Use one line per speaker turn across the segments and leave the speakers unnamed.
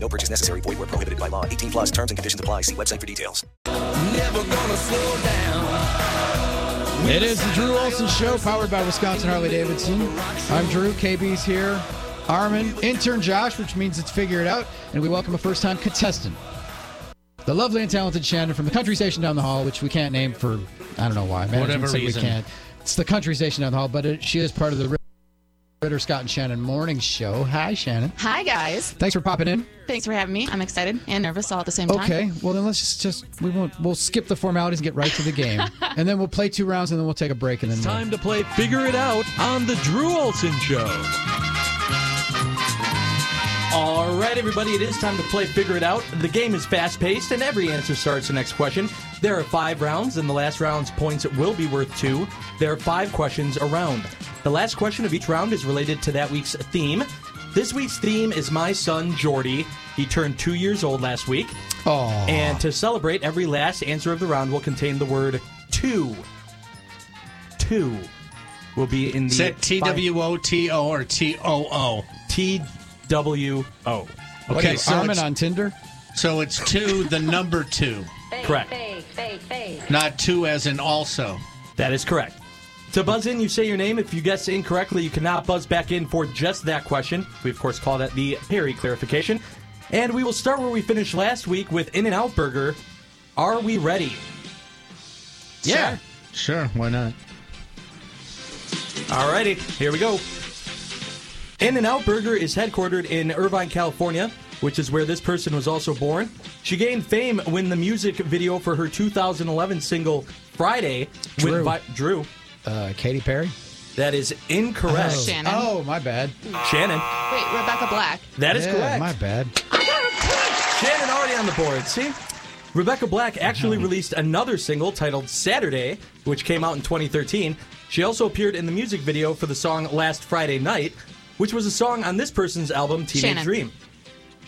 No purchase necessary. Void where prohibited by law. 18 plus terms and conditions apply. See website for details.
It is the Drew Olson Show, powered by Wisconsin Harley Davidson. I'm Drew. KB's here. Armin, intern Josh, which means it's figure it out, and we welcome a first-time contestant, the lovely and talented Shannon from the country station down the hall, which we can't name for I don't know why. Management
Whatever
said
reason.
we can't. It's the country station down the hall, but it, she is part of the Ritter Scott and Shannon Morning Show. Hi, Shannon.
Hi guys.
Thanks for popping in.
Thanks for having me. I'm excited and nervous all at the same time.
Okay, well then let's just, just we won't we'll skip the formalities and get right to the game, and then we'll play two rounds and then we'll take a break and then we'll-
Time to play Figure It Out on The Drew Olson Show. All right, everybody, it is time to play Figure It Out. The game is fast paced, and every answer starts the next question. There are five rounds, and the last round's points will be worth two. There are five questions a round. The last question of each round is related to that week's theme. This week's theme is my son, Jordy. He turned two years old last week.
Aw.
And to celebrate, every last answer of the round will contain the word two. Two will be in the
Is it T W O T O or T O O?
T W O.
What
Oh, Okay,
is
so
Armin
it's,
on Tinder?
so it's two, the number two,
Correct.
not two as in also.
That is correct. To buzz in, you say your name. If you guess incorrectly, you cannot buzz back in for just that question. We, of course, call that the Perry clarification. And we will start where we finished last week with In N Out Burger. Are we ready?
Yeah.
Sure, why not?
Alrighty, here we go. In and Out Burger is headquartered in Irvine, California, which is where this person was also born. She gained fame when the music video for her 2011 single Friday
Drew.
went by Drew.
Uh, Katy Perry?
That is incorrect.
Oh. Shannon.
Oh, my bad.
Shannon.
Wait, Rebecca Black.
That is
yeah,
correct.
My bad.
Shannon already on the board. See? Rebecca Black actually
Mm-hmm.
released another single titled Saturday, which came out in 2013. She also appeared in the music video for the song Last Friday Night, which was a song on this person's album Teenage
Shannon.
Dream.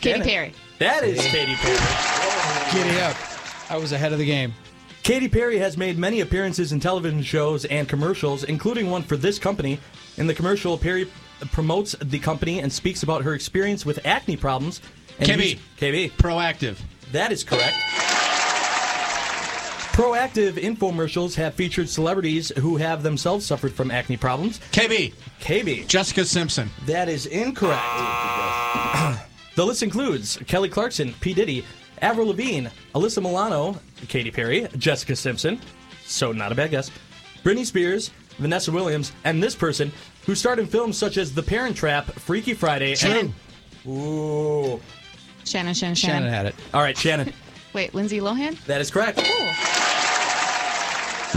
Katy
Shannon.
Perry.
That is Katy Perry.
Giddy up. I was ahead of the game.
Katy Perry has made many appearances in television shows and commercials, including one for this company. In the commercial, Perry promotes the company and speaks about her experience with acne problems. And
KB.
use- KB.
Proactive.
That is correct. Proactive infomercials have featured celebrities who have themselves suffered from acne problems.
KB,
KB.
Jessica Simpson.
That is incorrect. the list includes Kelly Clarkson, P. Diddy, Avril Lavigne, Alyssa Milano, Katy Perry, Jessica Simpson, so not a bad guess, Britney Spears, Vanessa Williams, and this person who starred in films such as The Parent Trap, Freaky Friday,
Shannon.
and. Ooh.
Shannon, Shannon, Shannon.
Shannon had it.
All right, Shannon.
Wait, Lindsay Lohan?
That is correct.
Cool.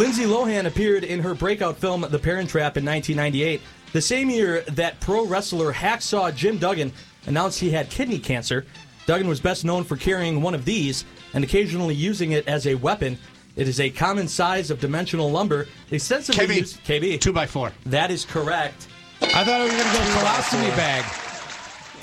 Lindsay Lohan appeared in her breakout film The Parent Trap in 1998, the same year that pro wrestler hacksaw Jim Duggan announced he had kidney cancer. Duggan was best known for carrying one of these and occasionally using it as a weapon. It is a common size of dimensional lumber, extensively
KB.
used. KB.
Two by four.
That is correct.
I thought we were going to go colostomy bag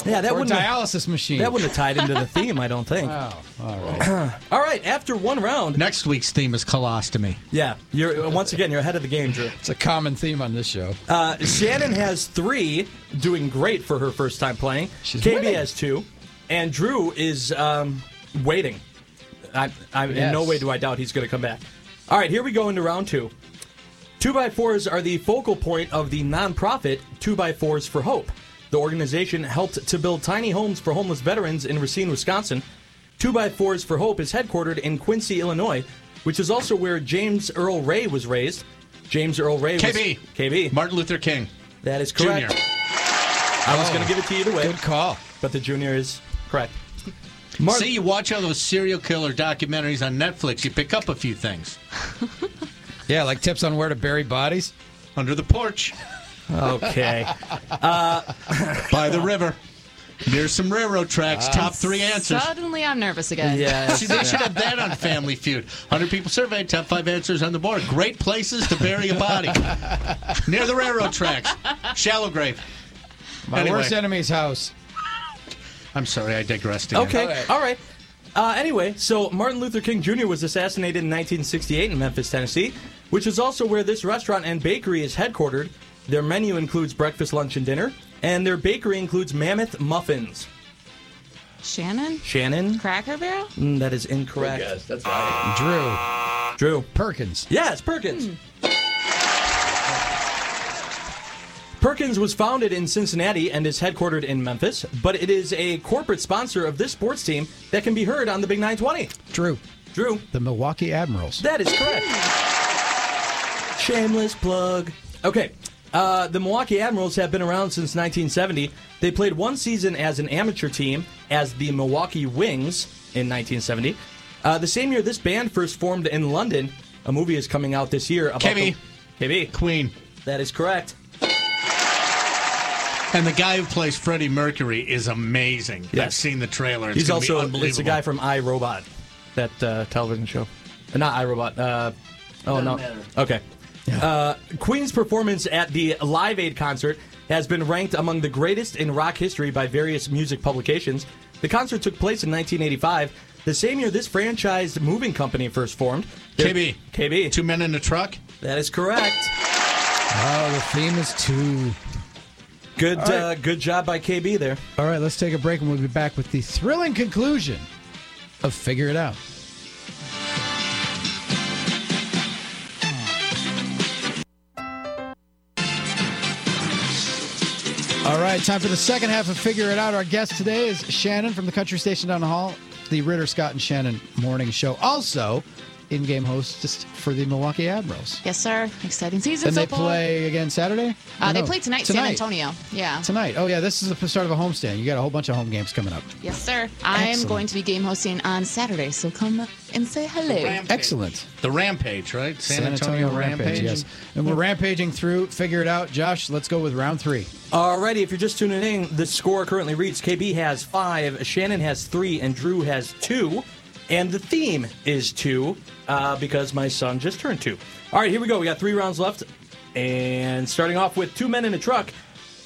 Yeah, that
or
wouldn't. Have,
dialysis machine.
that wouldn't have tied into the theme, I don't think.
Oh, all right.
All right, after one round.
Next week's theme is colostomy.
Yeah, you're once again you're ahead of the game, Drew.
It's a common theme on this show.
Uh, Shannon has three, doing great for her first time playing.
She's
KB
winning.
has two, and Drew is um, waiting. I, I, In
Yes.
no way do I doubt he's going to come back. All right, here we go into round two. Two by fours are the focal point of the nonprofit Two by Fours for Hope. The organization helped to build tiny homes for homeless veterans in Racine, Wisconsin. Two by Fours for Hope is headquartered in Quincy, Illinois, which is also where James Earl Ray was raised. James Earl Ray
KB.
was KB.
Martin Luther King.
That is correct. Oh.
Junior.
I was going to give it to you either way,
Good call.
but the junior is correct. Mark,
See, you watch all those serial killer documentaries on Netflix, you pick up a few things.
Yeah, like tips on where to bury bodies.
Under the porch,
okay.
by the river. There's some railroad tracks. top three answers.
Suddenly I'm nervous again.
Yeah.
See, they should have that on Family Feud. 100 people surveyed, top five answers on the board. Great places to bury a body. Near the railroad tracks. Shallow grave.
My
Anyway.
worst enemy's house.
I'm sorry, I digressed again.
Okay. All right. Uh, anyway, so Martin Luther King Jr. was assassinated in 1968 in Memphis, Tennessee, which is also where this restaurant and bakery is headquartered. Their menu includes breakfast, lunch, and dinner, and their bakery includes mammoth muffins.
Shannon?
Shannon,
Cracker Barrel?
Mm, that is incorrect.
Yes, that's right.
Drew
Drew.
Perkins.
Yes, Perkins. Perkins was founded in Cincinnati and is headquartered in Memphis, but it is a corporate sponsor of this sports team that can be heard on the Big 920.
Drew.
Drew,
The Milwaukee Admirals.
that is correct. Shameless plug. Okay. Uh, the Milwaukee Admirals have been around since 1970. They played one season as an amateur team as the Milwaukee Wings in 1970. Uh, the same year this band first formed in London, a movie is coming out this year about
Kimmy.
the- KB.
Queen.
That is correct.
And the guy who plays Freddie Mercury is amazing. I've
Yes.
seen the trailer. It's
He's
gonna be
also
unbelievable.
it's a guy from iRobot, that uh, television show. Uh, Not iRobot. Uh, oh no. Okay. Uh, Queen's performance at the Live Aid concert has been ranked among the greatest in rock history by various music publications. The concert took place in 1985, the same year this franchise moving company first formed. Their-
KB.
KB.
Two men in a truck.
That is correct.
Oh, the theme is two.
Good uh, good job by KB there.
All right, let's take a break and we'll be back with the thrilling conclusion of Figure It Out. All right, time for the second half of Figure It Out. Our guest today is Shannon from the country station down the hall, the Ritter Scott and Shannon morning show. Also, in game hostess for the Milwaukee Admirals.
Yes, sir. Exciting season
And
so
they
far.
play again Saturday? Oh,
Uh, they
No,
play tonight, San Antonio. Yeah.
Tonight. Oh, yeah, this is the start of a homestand. You got a whole bunch of home games coming up.
Yes, sir. I am
Excellent.
going to be game hosting on Saturday, so come and say hello.
Rampage.
Excellent.
The Rampage, right?
San Antonio, Rampage. Yes. And we're rampaging through. Figure it out. Josh, let's go with round three.
Alrighty, if you're just tuning in, the score currently reads KB has five, Shannon has three, and Drew has two. And the theme is two uh, because my son just turned two. All right, here we go. We got three rounds left. And starting off with Two Men in a Truck,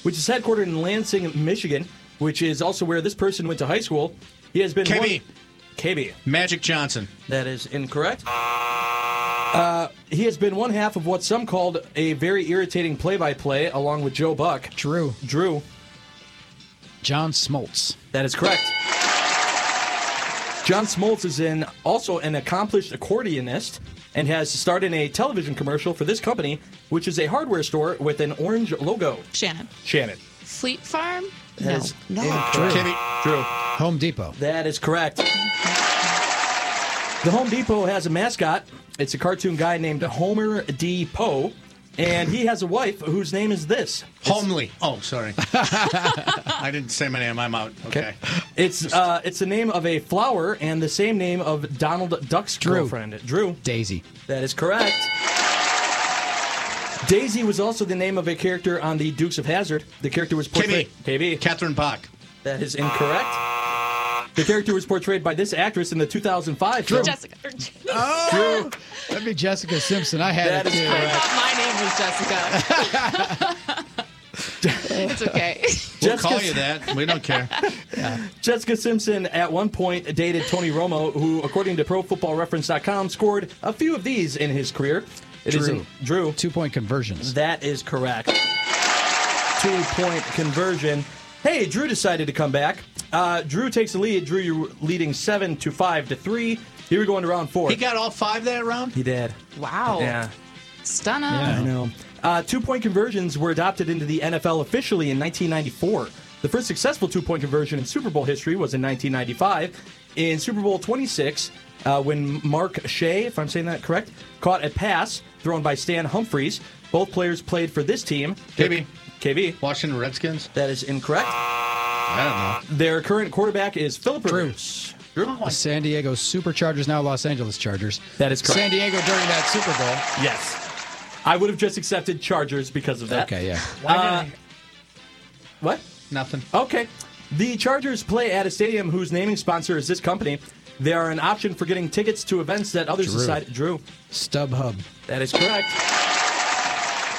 which is headquartered in Lansing, Michigan, which is also where this person went to high school. He has been.
KB.
one- KB.
Magic Johnson.
That is incorrect. Uh, he has been one half of what some called a very irritating play by play along with Joe Buck.
Drew,
Drew.
John Smoltz.
That is correct. John Smoltz is in also an accomplished accordionist and has started a television commercial for this company, which is a hardware store with an orange logo.
Shannon.
Shannon.
Fleet Farm?
That is
no.
incorrect.
KB.
Drew.
Home Depot.
That is correct. The Home Depot has a mascot. It's a cartoon guy named Homer D. Poe, and he has a wife whose name is this.
Homely. Oh, sorry. I didn't say my name. I'm out. Okay.
It's uh, it's the name of a flower and the same name of Donald Duck's
Drew.
girlfriend. Drew.
Daisy.
That is correct. Daisy was also the name of a character on the Dukes of Hazard. The character was portrayed.
KB.
KB.
Catherine Bach.
That is incorrect. The character was portrayed by this actress in the 2005 film.
Jessica.
Drew.
That'd be Jessica Simpson. I had
That
it
is
too.
I thought my name was Jessica. it's okay.
We'll
Jessica
call you that. We don't care.
Jessica Simpson at one point dated Tony Romo, who, according to ProFootballReference.com, scored a few of these in his career. It is
Drew.
in- Drew.
Two point conversions.
That is correct. Two point conversion. Hey, Drew decided to come back. Uh, Drew takes the lead. Drew, you're leading seven to five to three. Here we go into round four.
He got all five that round?
He did.
Wow.
Yeah,
Stunner.
I know. Uh, two point conversions were adopted into the NFL officially in 1994. The first successful two point conversion in Super Bowl history was in 1995. In Super Bowl 26, uh, when Mark Shea, if I'm saying that correct, caught a pass thrown by Stan Humphries. Both players played for this team.
KB.
KB.
Washington Redskins?
That is incorrect.
I
Uh,
don't know.
Their current quarterback is Philip Rivers.
San Diego Superchargers, now Los Angeles Chargers.
That is correct.
San Diego during that Super Bowl.
Yes. I would have just accepted Chargers because of that.
Okay, yeah.
Why didn't I-
What?
Uh,
Oh,
Nothing.
Okay. The Chargers play at a stadium whose naming sponsor is this company. They are an option for getting tickets to events that other
Drew.
society. Drew,
StubHub.
that is correct.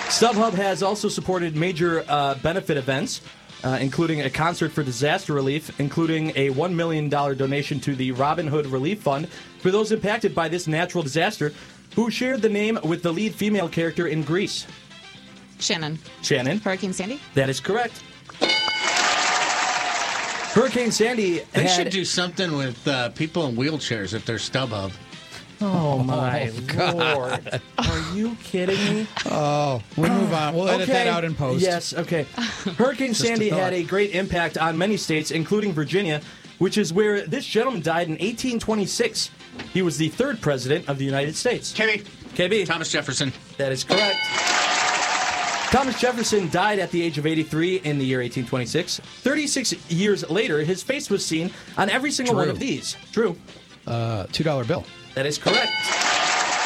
StubHub has also supported major uh, benefit events, uh, including a concert for disaster relief, including a $1 million donation to the Robin Hood Relief Fund for those impacted by this natural disaster, who shared the name with the lead female character in Greece.
Shannon.
Shannon?
Hurricane Sandy?
That is correct. Hurricane Sandy.
They
had-
should do something with uh, people in wheelchairs if they're StubHub.
Oh my lord! Are you kidding me?
We'll move on. We'll edit that out in post.
Yes. Okay. Hurricane
a
Sandy
thought.
had a great impact on many states, including Virginia, which is where this gentleman died in 1826. He was the third president of the United States.
KB.
KB.
Thomas Jefferson.
That is correct. Thomas Jefferson died at the age of 83 in the year 1826. 36 years later, his face was seen on every single one
True.
of these. True.
Uh, Two dollar bill.
That is correct.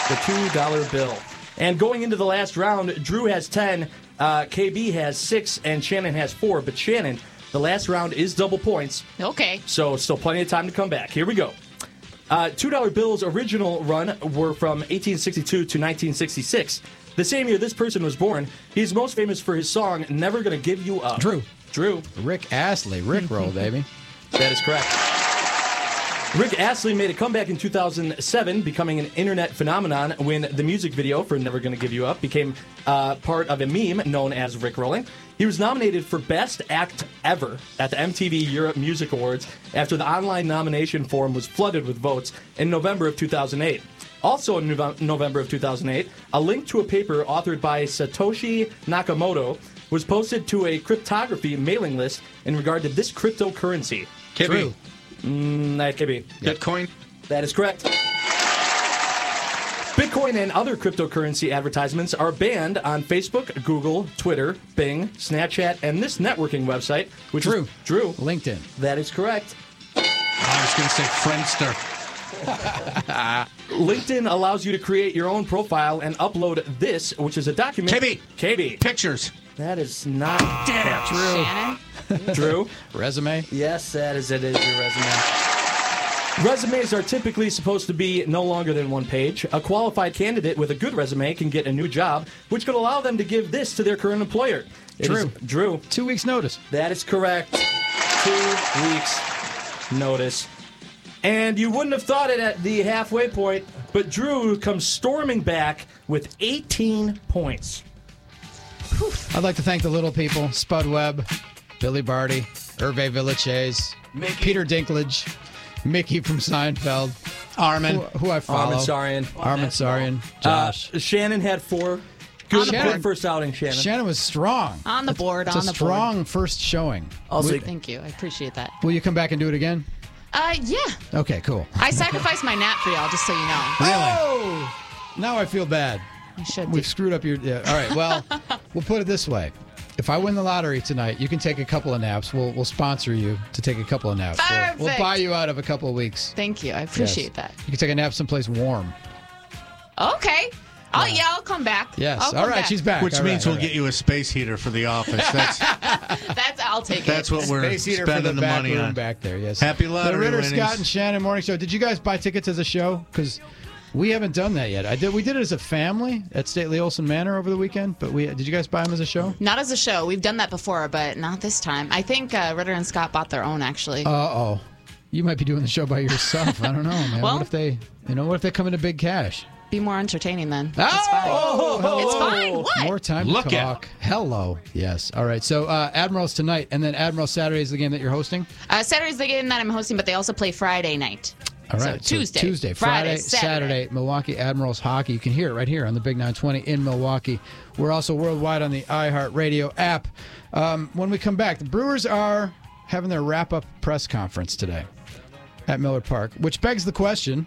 The $2 bill. And going into the last round, Drew has 10, uh, KB has 6, and Shannon has 4. But Shannon, the last round is double points,
Okay.
so still plenty of time to come back. Here we go. Uh, $2 bill's original run were from 1862 to 1966. The same year this person was born, he's most famous for his song Never Gonna Give You Up.
Drew.
Drew.
Rick Astley. Rick roll, baby.
That is correct. Rick Astley made a comeback in 2007, becoming an internet phenomenon when the music video for Never Gonna Give You Up became uh, part of a meme known as Rick Rolling. He was nominated for Best Act Ever at the MTV Europe Music Awards after the online nomination form was flooded with votes in November of 2008. Also in Nove- November of 2008, a link to a paper authored by Satoshi Nakamoto was posted to a cryptography mailing list in regard to this cryptocurrency.
KB.
Drew.
That could be.
Bitcoin.
That is correct. Bitcoin and other cryptocurrency advertisements are banned on Facebook, Google, Twitter, Bing, Snapchat, and this networking website, which is-
Drew.
Drew.
LinkedIn.
That is correct.
I was going to say Friendster.
LinkedIn allows you to create your own profile and upload this, which is a document.
KB.
KB.
Pictures.
Oh!
That is not Drew.
Shannon?
Drew.
Resume.
Yes, that is it. Is your resume? Resumes are typically supposed to be no longer than one page. A qualified candidate with a good resume can get a new job, which could allow them to give this to their current employer. It is-
Drew.
Drew.
Two weeks notice.
That is correct. Two weeks notice. And you wouldn't have thought it at the halfway point, but Drew comes storming back with 18 points.
I'd like to thank the little people: Spud Webb, Billy Barty, Hervé Villachase, Peter Dinklage, Mickey from Seinfeld,
Armin.
who, who I follow.
Armin Sarian.
Armin Sarian.
Uh,
Josh.
Shannon had four. Good,
Shannon.
good first outing, Shannon.
Shannon was strong.
On the board,
It's
on
a
the
strong
board.
first showing.
Also-
Thank you. I appreciate that.
Will you come back and do it again?
Uh, yeah.
Okay, cool.
I sacrificed my nap for y'all, just so you know.
Really? Now I feel bad.
You should.
We've screwed up your. Yeah. All right. Well, we'll put it this way: if I win the lottery tonight, you can take a couple of naps. We'll we'll sponsor you to take a couple of naps. We'll- We'll,
Perfect.
buy you out of a couple of weeks.
Thank you. I appreciate that.
You can take a nap someplace warm.
Okay. Oh yeah. I'll come back.
Yes.
I'll
all
come
right.
back.
She's back.
Which means we'll get you a space heater for the office. That's
That's. I'll take
that's
it.
what we're
Space heater for
spending
the,
the,
back
money
room
on.
back there. Yes.
Happy
The
lottery
Ritter
winnings.
Scott and Shannon Morning Show. Did you guys buy tickets as a show? Because we haven't done that yet. I did. We did it as a family at Stately Olson Manor over the weekend. But we did you guys buy them as a show?
Not as a show. We've done that before, but not this time. I think uh, Ritter and Scott bought their own actually.
Uh oh. You might be doing the show by yourself. I don't know, man.
Well-
what if they, you know, what if they come into big cash?
Be more entertaining then. That's fine.
hello.
It's fine. What?
More time
Oh, Look
to
at-
talk. Hello. Yes. All right. So uh, Admirals tonight, and then Admiral Saturday is the game that you're hosting.
Uh, Saturday's the game that I'm hosting, but they also play Friday night.
All
So
right. so
Tuesday,
Tuesday, Friday,
Friday,
Saturday.
Saturday.
Milwaukee Admirals hockey. You can hear it right here on the Big 920 in Milwaukee. We're also worldwide on the iHeartRadio app. Um, when we come back, the Brewers are having their wrap up press conference today at Miller Park, which begs the question,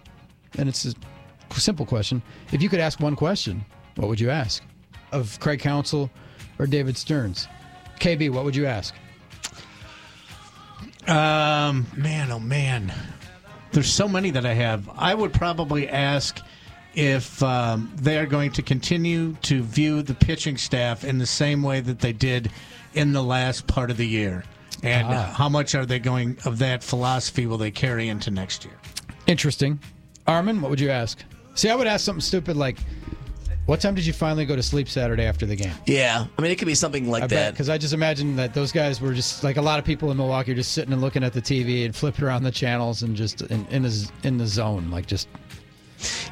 and it's a simple question if you could ask one question, what would you ask of Craig Council or David Stearns? KB, what would you ask?
Um, man, oh man, there's so many that I have. I would probably ask if um, they are going to continue to view the pitching staff in the same way that they did in the last part of the year. and uh, how much are they going of that philosophy will they carry into next year?
Interesting. Armin, what would you ask? See, I would ask something stupid like, "What time did you finally go to sleep Saturday after the game?"
Yeah, I mean it could be something like
I bet
that.
because I just imagine that those guys were just like a lot of people in Milwaukee, are just sitting and looking at the TV and flipping around the channels and just in, in the z- in the zone, like just